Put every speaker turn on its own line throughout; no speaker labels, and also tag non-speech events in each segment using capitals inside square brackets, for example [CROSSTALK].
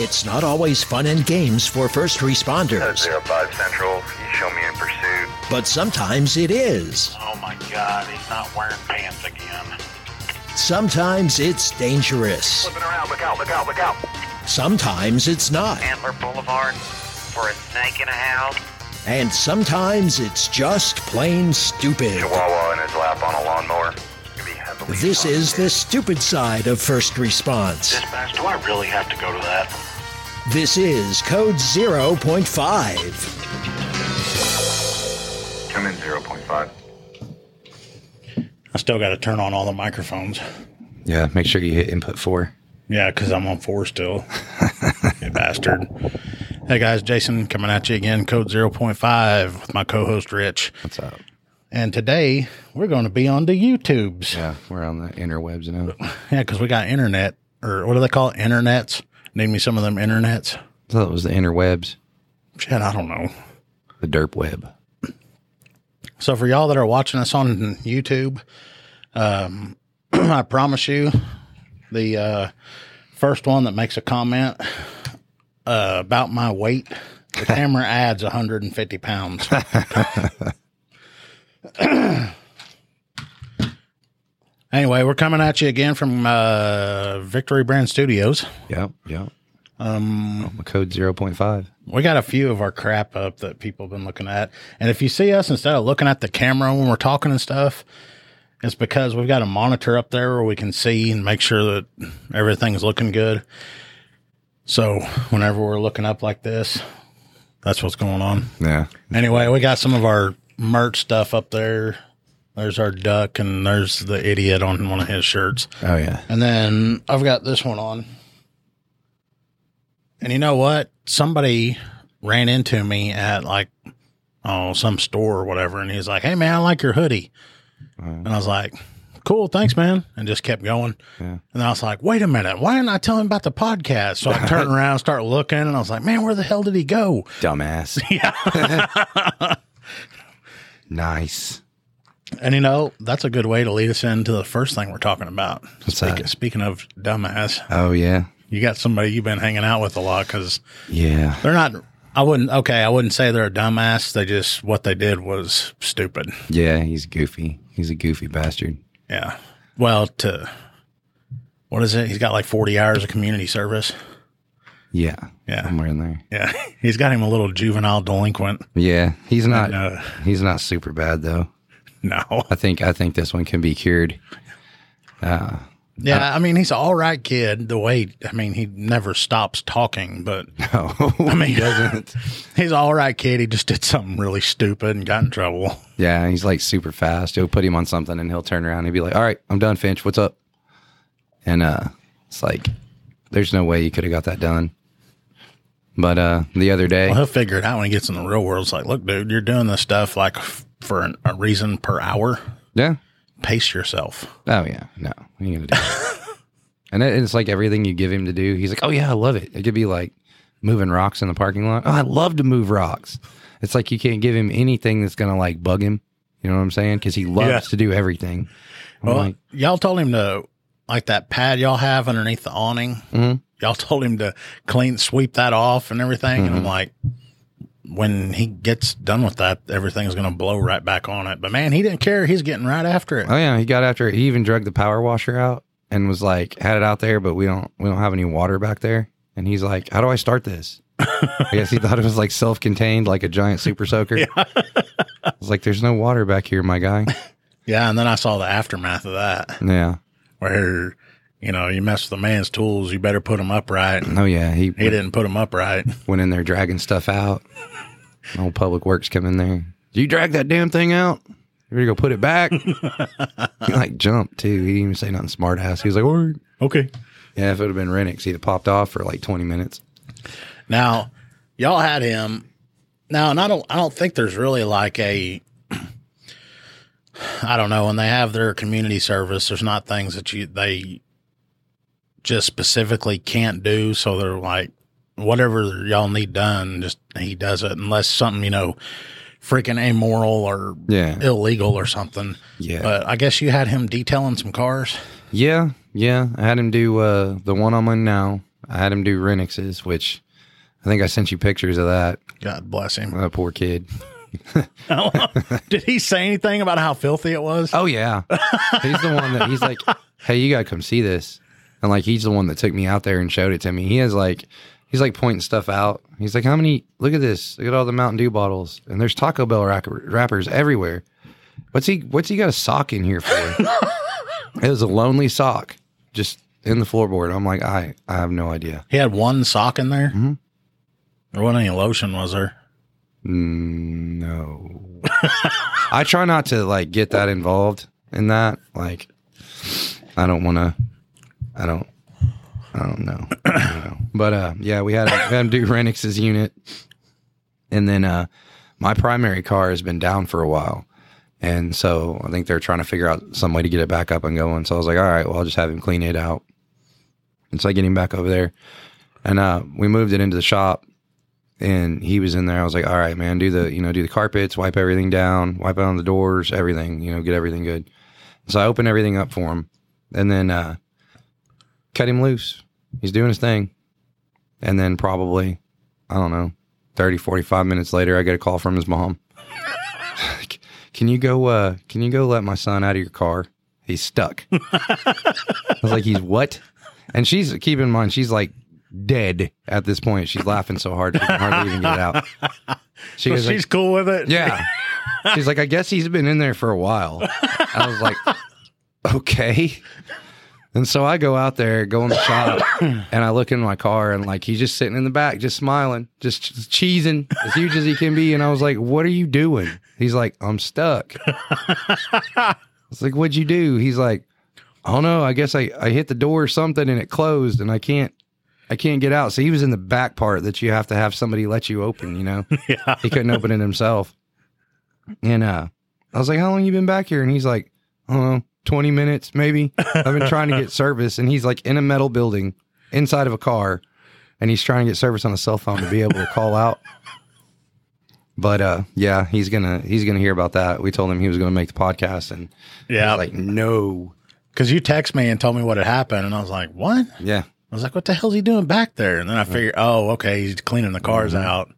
It's not always fun and games for first responders,
05 Central, you show me in pursuit.
but sometimes it is.
Oh my God, he's not wearing pants again.
Sometimes it's dangerous.
Flipping around, look out, look out, look out.
Sometimes it's not.
Antler Boulevard for a snake in a house.
And sometimes it's just plain stupid.
Chihuahua in his lap on a lawnmower. Could be heavily
This
funded.
is the stupid side of first response.
Dispatch, do I really have to go to that?
This is Code 0.5.
Come in 0.5.
I still got to turn on all the microphones.
Yeah, make sure you hit input four.
Yeah, because I'm on four still. you bastard. Hey guys, Jason coming at you again, code 0.5 with my co host Rich.
What's up?
And today we're going to be on the YouTubes.
Yeah, we're on the interwebs now. I
Yeah, because we got internet, or what do they call it? Internets. Name me some of them internets.
thought it was the interwebs,
Shit, I don't know.
the derp web.
So for y'all that are watching us on YouTube, um, [CLEARS THROAT] I promise you, the uh, first one that makes a comment uh, about my weight, the camera adds 150 pounds. [CLEARS THROAT] anyway, we're coming at you again from uh, Victory Brand Studios.
Yep, yep. Um, code zero point five.
We got a few of our crap up that people have been looking at. And if you see us instead of looking at the camera when we're talking and stuff, it's because we've got a monitor up there where we can see and make sure that everything's looking good. So whenever we're looking up like this, that's what's going on.
Yeah,
Anyway, we got some of our merch stuff up there. There's our duck and there's the idiot on one of his shirts.
oh yeah.
And then I've got this one on. And you know what? Somebody ran into me at like oh some store or whatever and he's like, "Hey man, I like your hoodie." And I was like, "Cool, thanks man." And just kept going. And then I was like, "Wait a minute. Why didn't I tell him about the podcast?" So I turned around, started looking, and I was like, "Man, where the hell did he go?" [LAUGHS]
Dumbass. Yeah. [LAUGHS] nice.
And you know, that's a good way to lead us into the first thing we're talking about. Speak-
that?
speaking of dumbass,
Oh yeah,
you got somebody you've been hanging out with a lot cuz
yeah.
They're not. I wouldn't. Okay, I wouldn't say they're a dumbass. They just what they did was stupid.
Yeah, he's goofy. He's a goofy bastard.
Yeah. Well, to what is it? He's got like forty hours of community service.
Yeah,
Yeah.
somewhere in there.
Yeah, [LAUGHS] he's got him a little juvenile delinquent.
Yeah, he's not.
know.
He's not super bad though.
No.
I think. I think this one can be cured. [LAUGHS]
Yeah, I mean he's an all right kid. The way I mean he never stops talking, but
Oh,
I mean [LAUGHS] he's an all right kid. He just did something really stupid and got in trouble.
Yeah, he's like super fast. You'll put him on something and he'll turn around and be like, All right, I'm done, Finch. What's up? And uh it's like there's no way you could have got that done. But uh the other day
Well, he'll figure it out when he gets in the real world. It's like, look, dude, you're doing this stuff like f- for an, a reason per hour.
Yeah.
Pace yourself.
Oh yeah. No. He ain't gonna do it.
[LAUGHS]
and it, it's like everything you give him to do, he's like, Oh yeah, I love it. It could be like moving rocks in the parking lot. Oh, I love to move rocks. It's like you can't give him anything that's gonna like bug him. You know what I'm saying? Because he loves
Yeah.
to do everything. I'm
Well,
like,
y'all told him to like that pad y'all have underneath the awning. Y'all told him to clean, sweep that off, and everything. And I'm like, when he gets done with that, everything's going to blow right back on it. But man, he didn't care. He's getting right after it.
Oh yeah, he got after it. He even drug the power washer out and was like, had it out there, but we don't we don't have any water back there. And he's like, How do I start this? I guess he thought it was like self contained, like a giant super soaker. I was like, There's no water back here, my guy.
Yeah, and then I saw the aftermath of that,
Yeah.
where you know you mess with the man's tools, you better put them upright.
Oh yeah. He,
He didn't put them upright.
went in there dragging stuff out. Old public works come in there. Did you drag that damn thing out? You better go put it back. he like jumped too. He didn't even say nothing smart ass. He was like, Word.
Okay.
Yeah, if it would have been Renix, he'd have popped off for like twenty minutes.
Now, y'all had him. Now, and I don't, I don't think there's really like a, I don't know. When they have their community service, there's not things that you they just specifically can't do. So they're like, whatever y'all need done, just he does it unless something you know, freaking amoral or
Yeah.
illegal or something.
Yeah.
But I guess you had him detailing some cars.
Yeah, yeah. I had him do uh, the one I'm on now. I had him do Renixes, which I think I sent you pictures of that.
God bless
[LAUGHS]
him.
That poor kid.
Did he say anything about how filthy it was?
Oh yeah, [LAUGHS] he's the one that he's like, hey, you gotta come see this, and like he's the one that took me out there and showed it to me. He has like, he's like pointing stuff out. He's like, how many? Look at this. Look at all the Mountain Dew bottles, and there's Taco Bell rack- wrappers everywhere. What's he? What's he got a sock in here [LAUGHS] for? it was a lonely sock, just in the floorboard. I'm like, I, I have no idea.
He had one sock in there. There wasn't any lotion, was there?
Mm, No. I try not to like get that involved in that. Like, I don't want to. I don't. I don't know. I don't know. But uh, yeah, we had, we had him do Renix's unit, and then uh, my primary car has been down for a while, and so I think they're trying to figure out some way to get it back up and going. So I was like, all right, well, I'll just have him clean it out. And so I get him back over there, and uh, we moved it into the shop, and he was in there. I was like, all right, man, do the, you know, do the carpets, wipe everything down, wipe out the doors, everything, you know, get everything good. So I opened everything up for him and then uh, cut him loose. He's doing his thing. And then probably, I don't know, 30, 45 minutes later, I get a call from his mom. [LAUGHS] Like, can you go, uh, can you go let my son out of your car? He's stuck. I was like, he's what? And she's, keep in mind, she's like dead at this point. She's laughing so hard, she can hardly even get it out. She
So
was
she's
like,
cool with it.
yeah. She's like, I guess he's been in there for a while. I was like, okay. And so I go out there, go in the shop, and I look in my car, and like he's just sitting in the back, just smiling, just ch- cheesing as huge as he can be. And I was like, What are you doing? He's like, I'm stuck. I was like, What'd you do? He's like, I don't know. I guess I, I hit the door or something and it closed, and I can't. I can't get out. So he was in the back part that you have to have somebody let you open, you know?
Yeah. [LAUGHS]
he couldn't open it himself. And uh, I was like, "How long you been back here?" And he's like, "I don't know, twenty minutes maybe." I've been trying to get service, and he's like in a metal building inside of a car, and he's trying to get service on a cell phone to be able to call out. But uh, yeah, he's gonna he's gonna hear about that. We told him he was gonna make the podcast, and
Yeah.
he's like, "No,
Because you text me and told me what had happened, and I was like, "What?" I
yeah."
was like, "What the hell's he doing back there?" And then I figured, "Oh, okay, he's cleaning the cars out."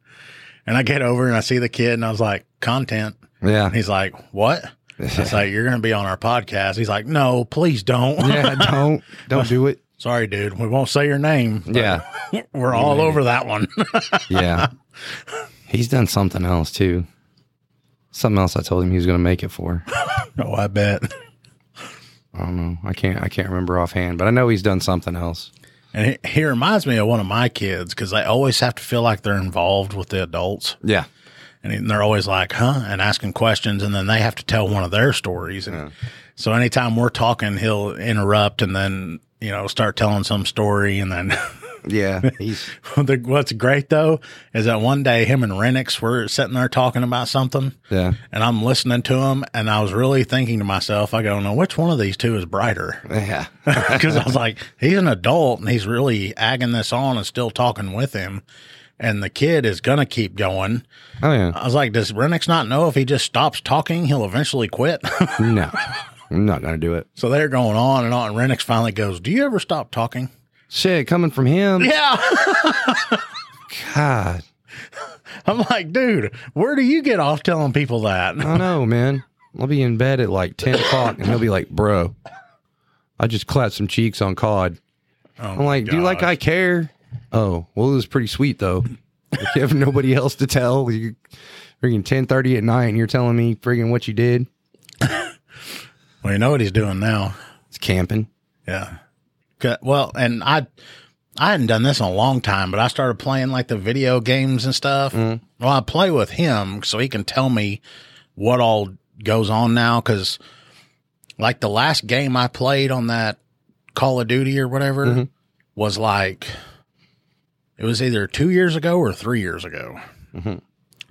And I get over and I see the kid, and I was like, "Content."
Yeah,
And he's like, "What?" I was like, "You're going to be on our podcast." He's like, "No, please don't."
yeah. Don't don't do it.
[LAUGHS] Sorry, dude. We won't say your name. but
Yeah,
We're all over that one. [LAUGHS]
yeah. [LAUGHS] He's done something else too. Something else I told him he was going to make it for.
oh, I bet.
I don't know. I can't. I can't remember offhand, but I know he's done something else.
And he, he reminds me of one of my kids because they always have to feel like they're involved with the adults.
Yeah.
and he- and they're always like, "Huh?" and asking questions, and then they have to tell one of their stories. And so, anytime we're talking, he'll interrupt and then you know start telling some story. And then [LAUGHS]
Yeah. He's.
the, what's great though is that one day him and Renix were sitting there talking about something,
Yeah.
and I'm listening to him, and I was really thinking to myself, I go, "Now, which one of these two is brighter?"
Yeah.
[LAUGHS] because I was like, he's an adult and he's really agging this on and still talking with him. And the kid is going to keep going.
Oh yeah.
I was like, does Renix not know if he just stops talking, he'll eventually quit? [LAUGHS]
No. I'm not gonna do it.
so they're going on and on. And Renix finally goes, Do you ever stop talking? [LAUGHS]
Shit coming from him.
Yeah. [LAUGHS]
God.
I'm like, dude, where do you get off telling people that? [LAUGHS]
I know, man. I'll be in bed at like ten o'clock, and he'll be like, "Bro, I just clapped some cheeks on cod." I'm like, "Do you like I care?" Oh, well, it was pretty sweet though. If you have nobody else to tell, you freaking ten thirty at night, and you're telling me freaking what you did.
Well, you know what he's doing now.
It's camping.
Yeah. 'Kay, Well, and I I hadn't done this in a long time, but I started playing like the video games and stuff. Well, I play with him so he can tell me what all goes on now cuz like the last game I played on that Call of Duty or whatever was like it was either 2 years ago or 3 years ago.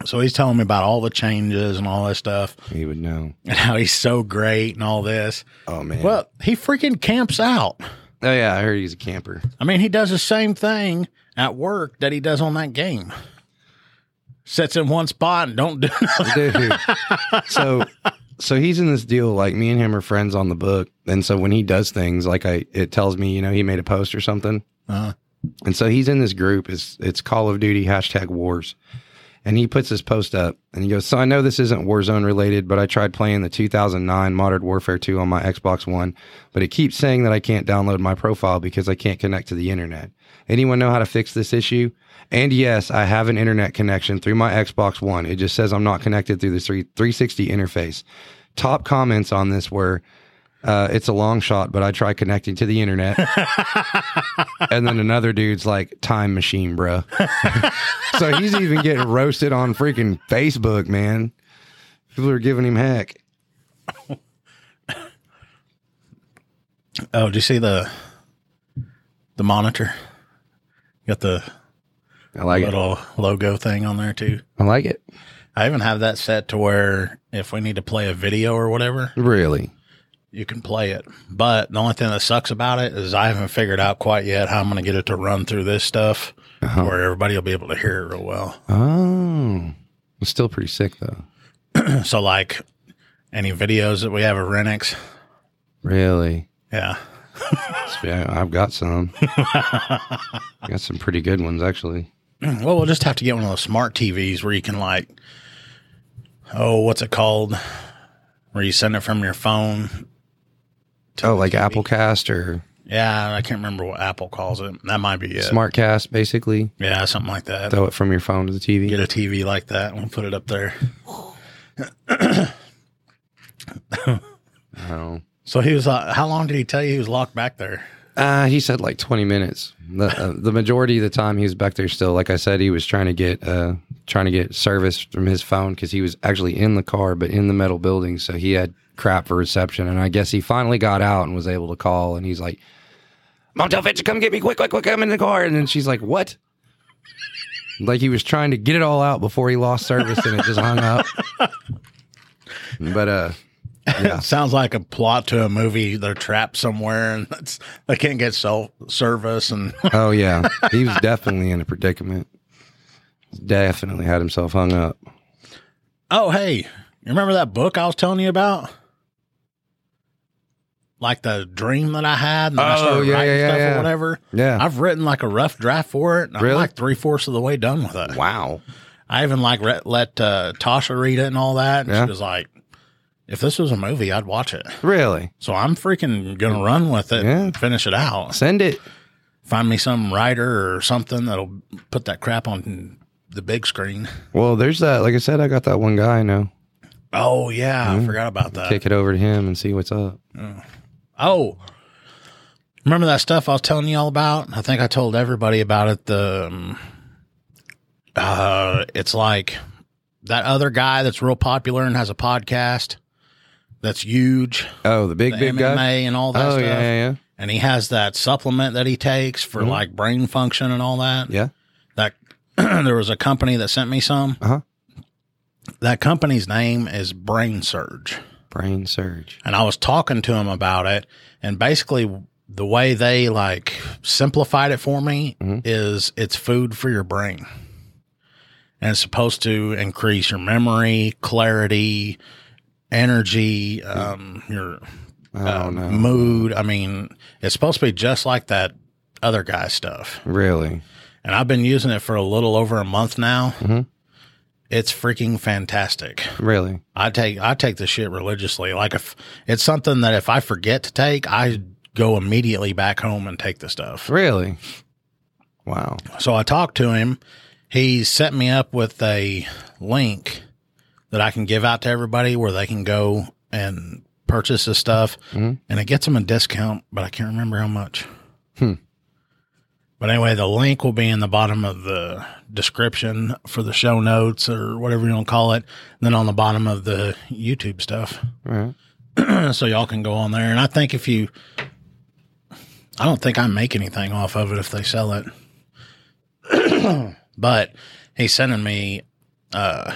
So he's telling me about all the changes and all that stuff
He would know.
and how he's so great and all this.
Oh man.
Well, he freaking camps out.
Oh yeah, I heard he's a camper.
I mean, he does the same thing at work that he does on that game. Sits in one spot and don't do [LAUGHS] nothing.
[LAUGHS] Dude. so so he's in this deal like me and him are friends on the book. And so when he does things like I it tells me, you know, he made a post or something.
Uh-huh.
And so he's in this group. It's it's Call of Duty hashtag Wars, and he puts this post up and he goes, "So I know this isn't Warzone related, but I tried playing the 2009 Modern Warfare 2 on my Xbox One, but it keeps saying that I can't download my profile because I can't connect to the internet. Anyone know how to fix this issue?" And yes, I have an internet connection through my Xbox One. It just says I'm not connected through the three- 360 interface. Top comments on this were, uh, it's a long shot, but I try connecting to the internet. and then another dude's like, time machine, bro. so he's even getting roasted on freaking Facebook, man. People are giving him heck.
Oh, do you see the the monitor? Got the
I like it.
little logo thing on there too.
I like it.
I even have that set to where if we need to play a video or whatever,
Really?
you can play it. But the only thing that sucks about it is I haven't figured out quite yet how I'm going to get it to run through this stuff
Uh-huh.
where everybody will be able to hear it real well.
Oh, it's still pretty sick though.
So, like any videos that we have of Renix,
Really?
yeah,
Yeah, I've got [LAUGHS] some. got some pretty good ones actually.
Well, we'll just have to get one of those smart TVs where you can like, oh, what's it called? Where you send it from your phone.
Oh, like Applecast or
Yeah, I can't remember what Apple calls it. That might be it.
Smartcast, basically.
Yeah, something like that.
Throw it from your phone to the TV.
Get a TV like that and we'll put it up there.
Oh.
So he was. Uh, how long did he tell you he was locked back there?
Uh, he said like 20 minutes. The, uh, the majority of the time he was back there still. Like I said, he was trying to get uh, trying to get service from his phone because he was actually in the car, but in the metal building, so he had crap for reception. And I guess he finally got out and was able to call. And he's like, "Mom, tell Fitch to come get me quick, quick, quick! I'm in the car." And then she's like, "What?" Like he was trying to get it all out before he lost service, and it just hung up. But uh, yeah,
Sounds like a plot to a movie. They're trapped somewhere and [LAUGHS] that's, they can't get self service. And
Oh yeah, he was definitely in a predicament. Definitely had himself hung up.
oh, hey, you remember that book I was telling you about? Like the dream that I had, and then I
Oh,
started
yeah,
writing
yeah,
stuff
yeah.
or whatever.
Yeah.
I've written like a rough draft for it. And
Really?
I'm like three fourths of the way done with it.
wow.
I even like re- let uh, Tasha read it and all that. And
Yeah.
she was like, if this was a movie, I'd watch it.
Really?
So I'm freaking going to run with it
Yeah.
and finish it out.
Send it.
Find me some writer or something that'll put that crap on the big screen.
Well, there's that. Like I said, I got that one guy I know.
Oh, yeah.
Mm-hmm.
I forgot about that.
Kick it over to him and see what's up.
Oh, remember that stuff I was telling you all about? I think I told everybody about it. The um, uh, it's like that other guy that's real popular and has a podcast that's huge,
Oh, the big
the
big
MMA
guy.
and all that
Oh
stuff.
yeah, yeah,
And he has that supplement that he takes for like brain function and all that.
yeah.
That [CLEARS THROAT] there was a company that sent me some.
Uh-huh.
That company's name is Brain Surge
Brain surge.
and I was talking to him about it. And basically, the way they like simplified it for me
Mhm.
is it's food for your brain, and it's supposed to increase your memory, clarity, energy, um, your
I don't
um,
know.
mood. I mean, it's supposed to be just like that other guy stuff.
Really?
And I've been using it for a little over a month now.
Mhm.
It's freaking fantastic.
Really?
I take I take this shit religiously. Like if it's something that if I forget to take, I go immediately back home and take the stuff.
Really? Wow.
So I talked to him. He set me up with a link that I can give out to everybody where they can go and purchase this stuff,
Mhm.
and it gets them a discount, but I can't remember how much.
Hmm.
But anyway, the link will be in the bottom of the description for the show notes or whatever you want to call it. And then on the bottom of the YouTube stuff
All right.
so y'all can go on there. And I think if you, I don't think I make anything off of it if they sell it. [CLEARS THROAT] but he's sending me uh,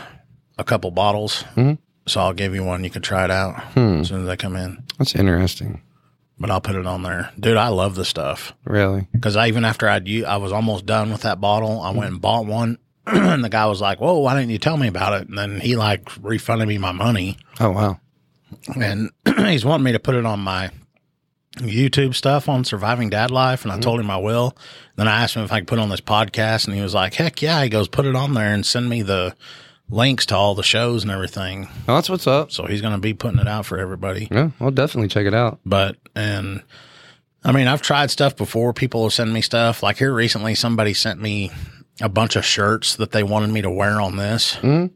a couple bottles,
Mhm.
so I'll give you one. You can try it out
Hmm.
as soon as they come in.
That's interesting.
But I'll put it on there, dude. I love the stuff
Really?
because I even after I'd u- I was almost done with that bottle, I went and bought one. [CLEARS THROAT] and the guy was like, "Whoa, why didn't you tell me about it?" And then he like refunded me my money
Oh wow.
[CLEARS THROAT] and he's wanting me to put it on my YouTube stuff on surviving dad life, and I told him I will. Then I asked him if I could put it on this podcast, and he was like, "Heck yeah!" He goes, "Put it on there and send me the links to all the shows and everything."
Oh, that's what's up.
So he's going to be putting it out for everybody.
Yeah, I'll definitely check it out.
But and I mean, I've tried stuff before. People have sent me stuff. Like here recently, somebody sent me a bunch of shirts that they wanted me to wear on this,
Mhm.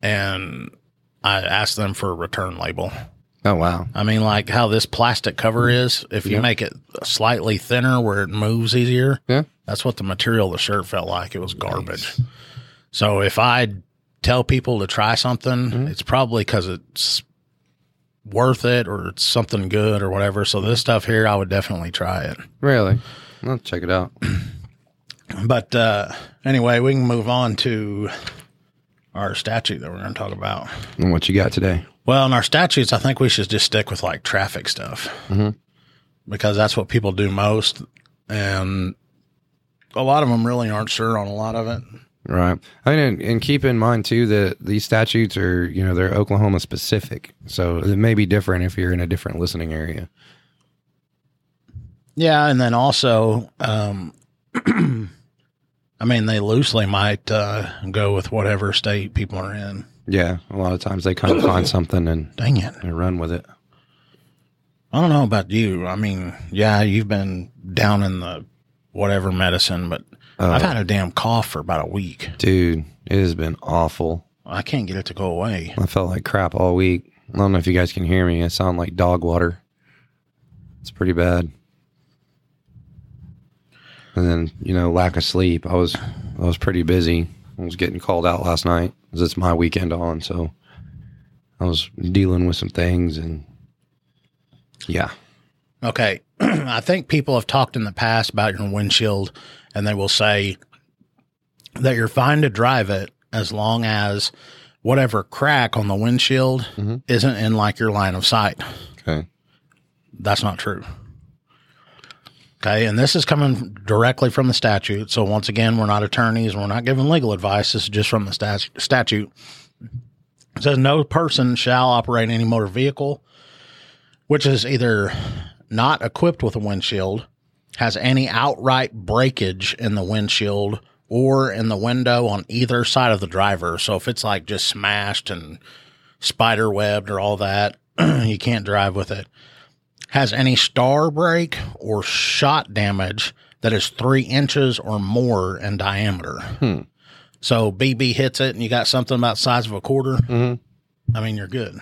and I asked them for a return label.
Oh wow,
I mean, like how this plastic cover is, if you
Yeah.
make it slightly thinner where it moves easier,
Yeah.
that's what the material of the shirt felt like. It was garbage. So if I tell people to try something, it's probably because it's worth it or it's something good or whatever. So this stuff here, I would definitely try it.
really? I'll check it out.
But uh, anyway, we can move on to our statute that we're going to talk about.
And what you got today?
Well, in our statutes, I think we should just stick with like traffic stuff because that's what people do most. And a lot of them really aren't sure on a lot of it.
Right. I mean, and, and keep in mind too that these statutes are, you know, they're Oklahoma specific, so it may be different if you're in a different listening area.
Yeah. And then also, um, [CLEARS THROAT] I mean, they loosely might uh, go with whatever state people are in.
Yeah, a lot of times they kind of find something and,
Dang it.
and run with it.
I don't know about you. I mean, yeah, you've been down in the whatever medicine, but I've had a damn cough for about a week.
Dude, it has been awful.
I can't get it to go away.
I felt like crap all week. I don't know if you guys can hear me. I sound like dog water. It's pretty bad. And then you know, lack of sleep. I was I was pretty busy. I was getting called out last night 'cause it's my weekend on, so I was dealing with some things and yeah,
Okay. [CLEARS THROAT] I think people have talked in the past about your windshield and they will say that you're fine to drive it as long as whatever crack on the windshield isn't in like your line of sight.
okay,
That's not true. Okay. And this is coming directly from the statute. So, once again, we're not attorneys. We're not giving legal advice. This is just from the stat- statute. It says no person shall operate any motor vehicle which is either not equipped with a windshield, has any outright breakage in the windshield or in the window on either side of the driver. So, if it's like just smashed and spider webbed or all that, [CLEARS THROAT] you can't drive with it has any star break or shot damage that is three inches or more in diameter. So BB hits it and you got something about the size of a quarter. I mean, you're good.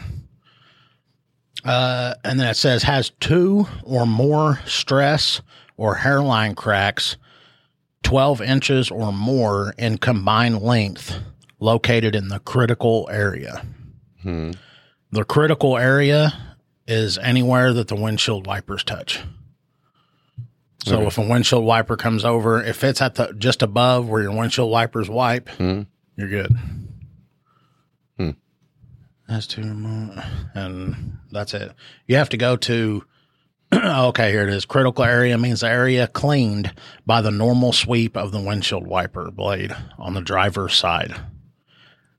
Uh, and then it says has two or more stress or hairline cracks, 12 inches or more in combined length, located in the critical area. The critical area is anywhere that the windshield wipers touch. So if a windshield wiper comes over, if it's at the just above where your windshield wipers wipe, you're good. That's two more, and that's it. You have to go to. [CLEARS THROAT] oh, okay, here it is. Critical area means the area cleaned by the normal sweep of the windshield wiper blade on the driver's side.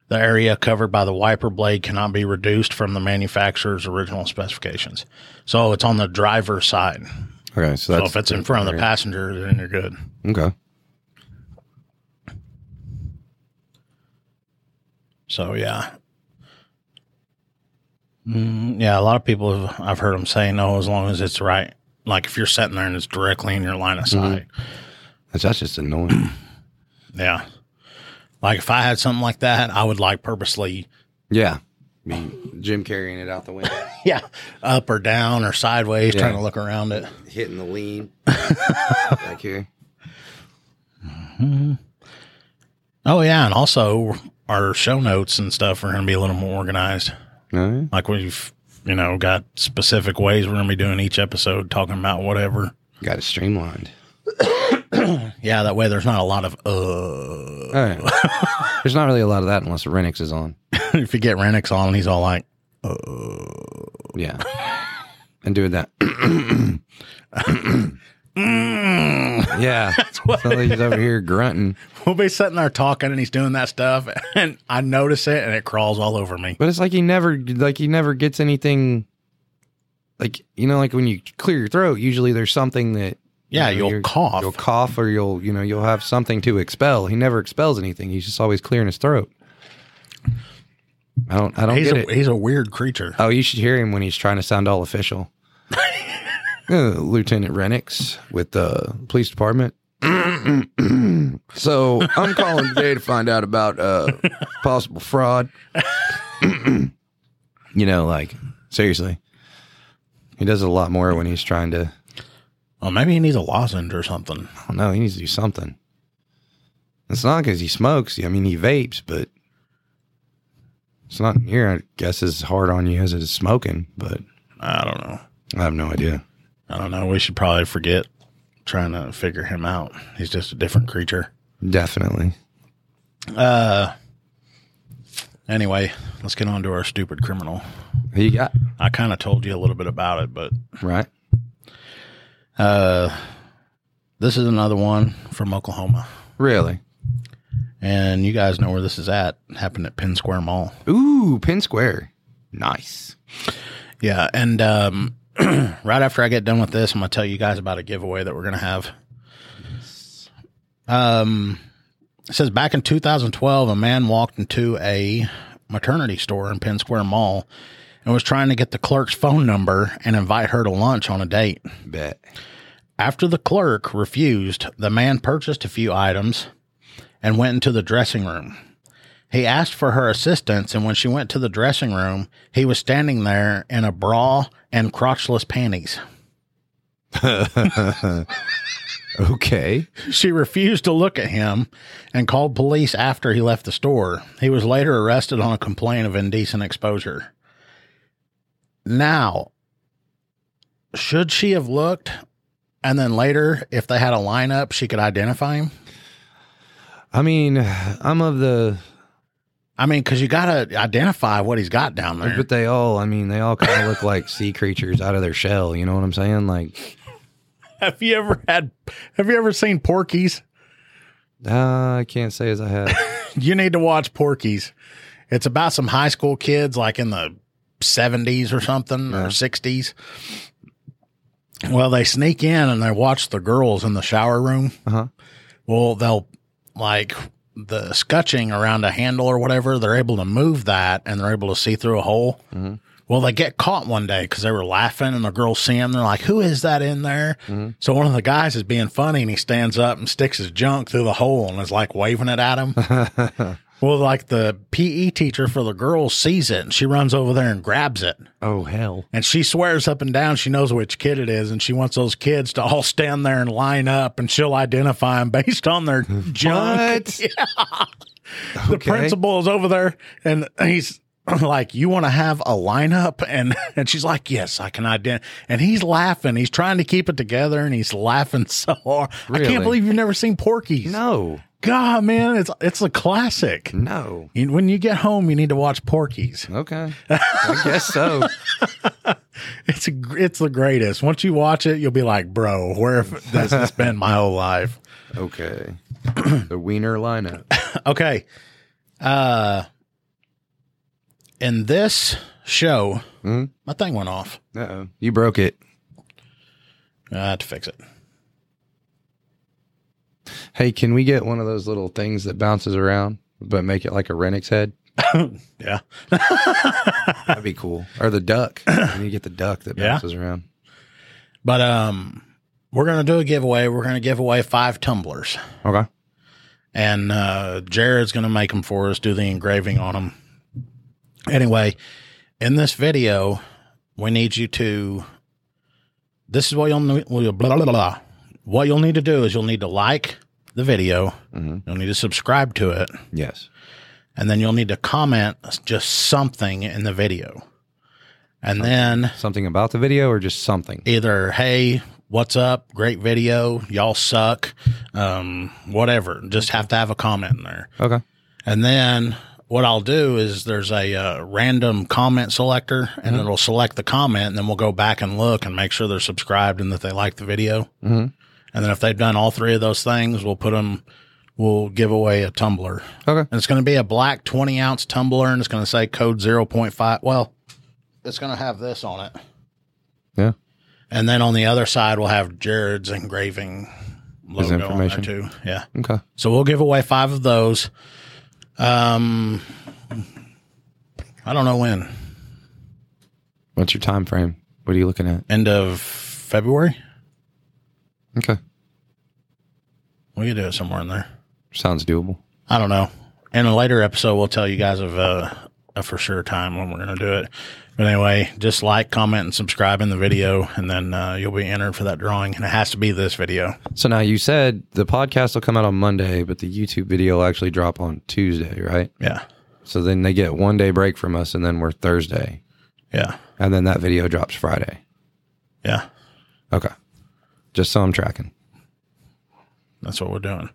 The area covered by the wiper blade cannot be reduced from the manufacturer's original specifications. So it's on the driver's side.
okay. So
So
that's
if it's in front of the passenger, then you're good.
okay.
So yeah, mm, yeah. A lot of people have, I've heard them say no, as long as it's right. Like if you're sitting there and it's directly in your line of
Mm-hmm.
sight.
That's, that's just annoying. [CLEARS THROAT]
Yeah. Like if I had something like that, I would like purposely,
yeah, I mean, Jim carrying it out the window,
yeah, up or down or sideways,
Yeah.
trying to look around it.
hitting the [LAUGHS] lean back here.
Oh yeah, and also our show notes and stuff are going to be a little more organized.
No.
Like we've, you know, got specific ways we're going to be doing each episode, talking about whatever.
Got it streamlined.
Yeah, that way there's not a lot of uh. [LAUGHS]
Oh, yeah. There's not really a lot of that unless Renix is on.
if you get Renix on, he's all like,
Yeah. And doing that. [COUGHS]
[LAUGHS]
yeah. Sounds like he's over here grunting.
we'll be sitting there talking, and he's doing that stuff, [LAUGHS] and I notice it, and it crawls all over me.
But it's like he never like he never gets anything like you know, like when you clear your throat, usually there's something that you
Yeah,
know,
you'll
you're-
cough.
You'll cough or you'll you know you'll have something to expel. He never expels anything. He's just always clearing his throat. I don't I don't
he's
get
a
it.
he's a weird creature.
Oh, you should hear him when he's trying to sound all official. Uh, Lieutenant Renix with the police department. [CLEARS THROAT] so I'm calling today to find out about uh, possible fraud. [CLEARS THROAT] you know, like seriously, he does it a lot more when he's trying to.
Well, maybe he needs a lozenge or something.
I don't know. He needs to do something. It's not because he smokes. I mean, he vapes, but it's not near. I guess as hard on you as it is smoking. But
I don't know.
I have no idea.
I don't know. We should probably forget trying to figure him out. He's just a different creature.
Definitely.
Uh. Anyway, let's get on to our stupid criminal.
Who you got?
I kind of told you a little bit about it, but
Right.
uh, this is another one from Oklahoma,
Really?
and you guys know where this is at. Happened at Penn Square Mall.
Ooh, Penn Square. Nice.
Yeah, and um, [CLEARS THROAT] right after I get done with this, I'm gonna tell you guys about a giveaway that we're gonna have. Um, it says back in 2012, a man walked into a maternity store in Penn Square Mall and was trying to get the clerk's phone number and invite her to lunch on a date.
Bet.
After the clerk refused, the man purchased a few items and went into the dressing room. He asked for her assistance, and when she went to the dressing room, he was standing there in a bra and crotchless panties.
Okay.
She refused to look at him and called police after he left the store. He was later arrested on a complaint of indecent exposure. Now, should she have looked and then later, if they had a lineup, she could identify him?
I mean, I'm of the,
I mean, because you got to identify what he's got down there.
but they all, I mean, they all kind of look like [LAUGHS] sea creatures out of their shell. You know what I'm saying? Like,
Have you ever had? Have you ever seen Porky's?
uh, I can't say as I have.
You need to watch Porky's. It's about some high school kids, like in the seventies or something, or sixties. Well, they sneak in and they watch the girls in the shower room.
Uh-huh.
Well, they'll like the scutching around a handle or whatever. They're able to move that, and they're able to see through a hole. Well, they get caught one day because they were laughing and the girls see him. They're like, who is that in there? So one of the guys is being funny and he stands up and sticks his junk through the hole and is like waving it at him. well, like the PE teacher for the girls sees it and she runs over there and grabs it.
Oh, hell.
And she swears up and down she knows which kid it is, and she wants those kids to all stand there and line up, and she'll identify them based on
[LAUGHS]
their junk. [LAUGHS]
What?
The
Okay.
principal is over there, and he's [CLEARS THROAT] like, "You want to have a lineup?" [LAUGHS] And and she's like, "Yes, I can identify." And he's laughing. He's trying to keep it together, and he's laughing [LAUGHS] so hard. I
Really?
can't believe you've never seen Porky's.
No,
God, man, it's it's a classic.
no.
You- When you get home, you need to watch Porky's.
Okay. I guess so.
It's a, gr- it's the greatest. Once you watch it, you'll be like, bro, where have this has been my whole life?
Okay. [CLEARS THROAT] The wiener lineup.
Okay. Uh, in this show,
Mhm.
my thing went off.
Uh-oh. You broke it.
I had to fix it.
Hey, can we get one of those little things that bounces around, but make it like a Renix head?
[LAUGHS] Yeah.
[LAUGHS] That'd be cool. Or
[COUGHS]
the duck. When you get the duck that
Yeah.
bounces around.
But um, we're going to do a giveaway. We're going to give away five tumblers.
Okay.
and uh, Jared's going to make them for us, do the engraving on them. Anyway, in this video, we need you to. This is what you'll need. Blah, blah, blah, blah. What you'll need to do is you'll need to like the video, you'll need to subscribe to it,
Yes.
and then you'll need to comment just something in the video. And then
Something about the video or just something?
either hey what's up great video y'all suck um whatever just have to have a comment in there
Okay.
and then what I'll do is there's a uh, random comment selector, and
Mm-hmm.
it'll select the comment, and then we'll go back and look and make sure they're subscribed and that they like the video.
Mhm.
And then if they've done all three of those things, we'll put them. We'll give away a tumbler,
Okay.
and it's going to be a black twenty ounce tumbler, and it's going to say code zero point five. Well, it's going to have this on it.
Yeah.
And then on the other side, we'll have Jared's engraving
His
logo on there
information.
too. Yeah.
Okay.
So we'll give away five of those. Um, I don't know when.
What's your time frame? What are you looking at?
End of February.
Okay.
We could do it somewhere in there.
Sounds doable.
I don't know. In a later episode, we'll tell you guys of uh, a for sure time when we're going to do it. But anyway, just like, comment, and subscribe in the video, and then uh, you'll be entered for that drawing. And it has to be this video.
So now you said the podcast will come out on Monday, but the YouTube video will actually drop on Tuesday, right?
Yeah.
So then they get one day break from us, and then we're Thursday,
Yeah.
and then that video drops Friday.
Yeah.
Okay. Just so I'm tracking.
That's what we're doing.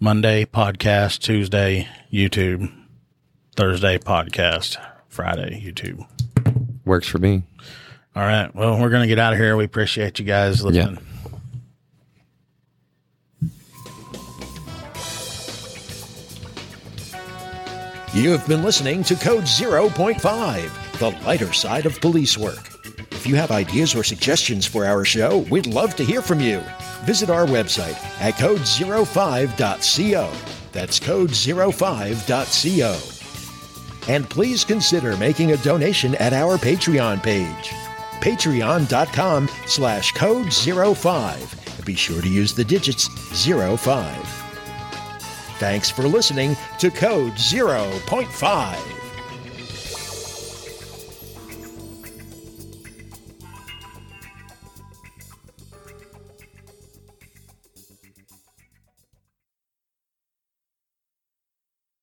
Monday podcast, Tuesday YouTube, Thursday podcast, Friday YouTube.
Works for me.
All right. Well, we're going to get out of here. We appreciate you guys listening.
You have been listening to Code 0.5, the lighter side of police work. If you have ideas or suggestions for our show, we'd love to hear from you. Visit our website at code05.co. That's code05.co. And please consider making a donation at our Patreon page. Patreon.com slash code 05. Be sure to use the digits 05. Thanks for listening to Code 0.5.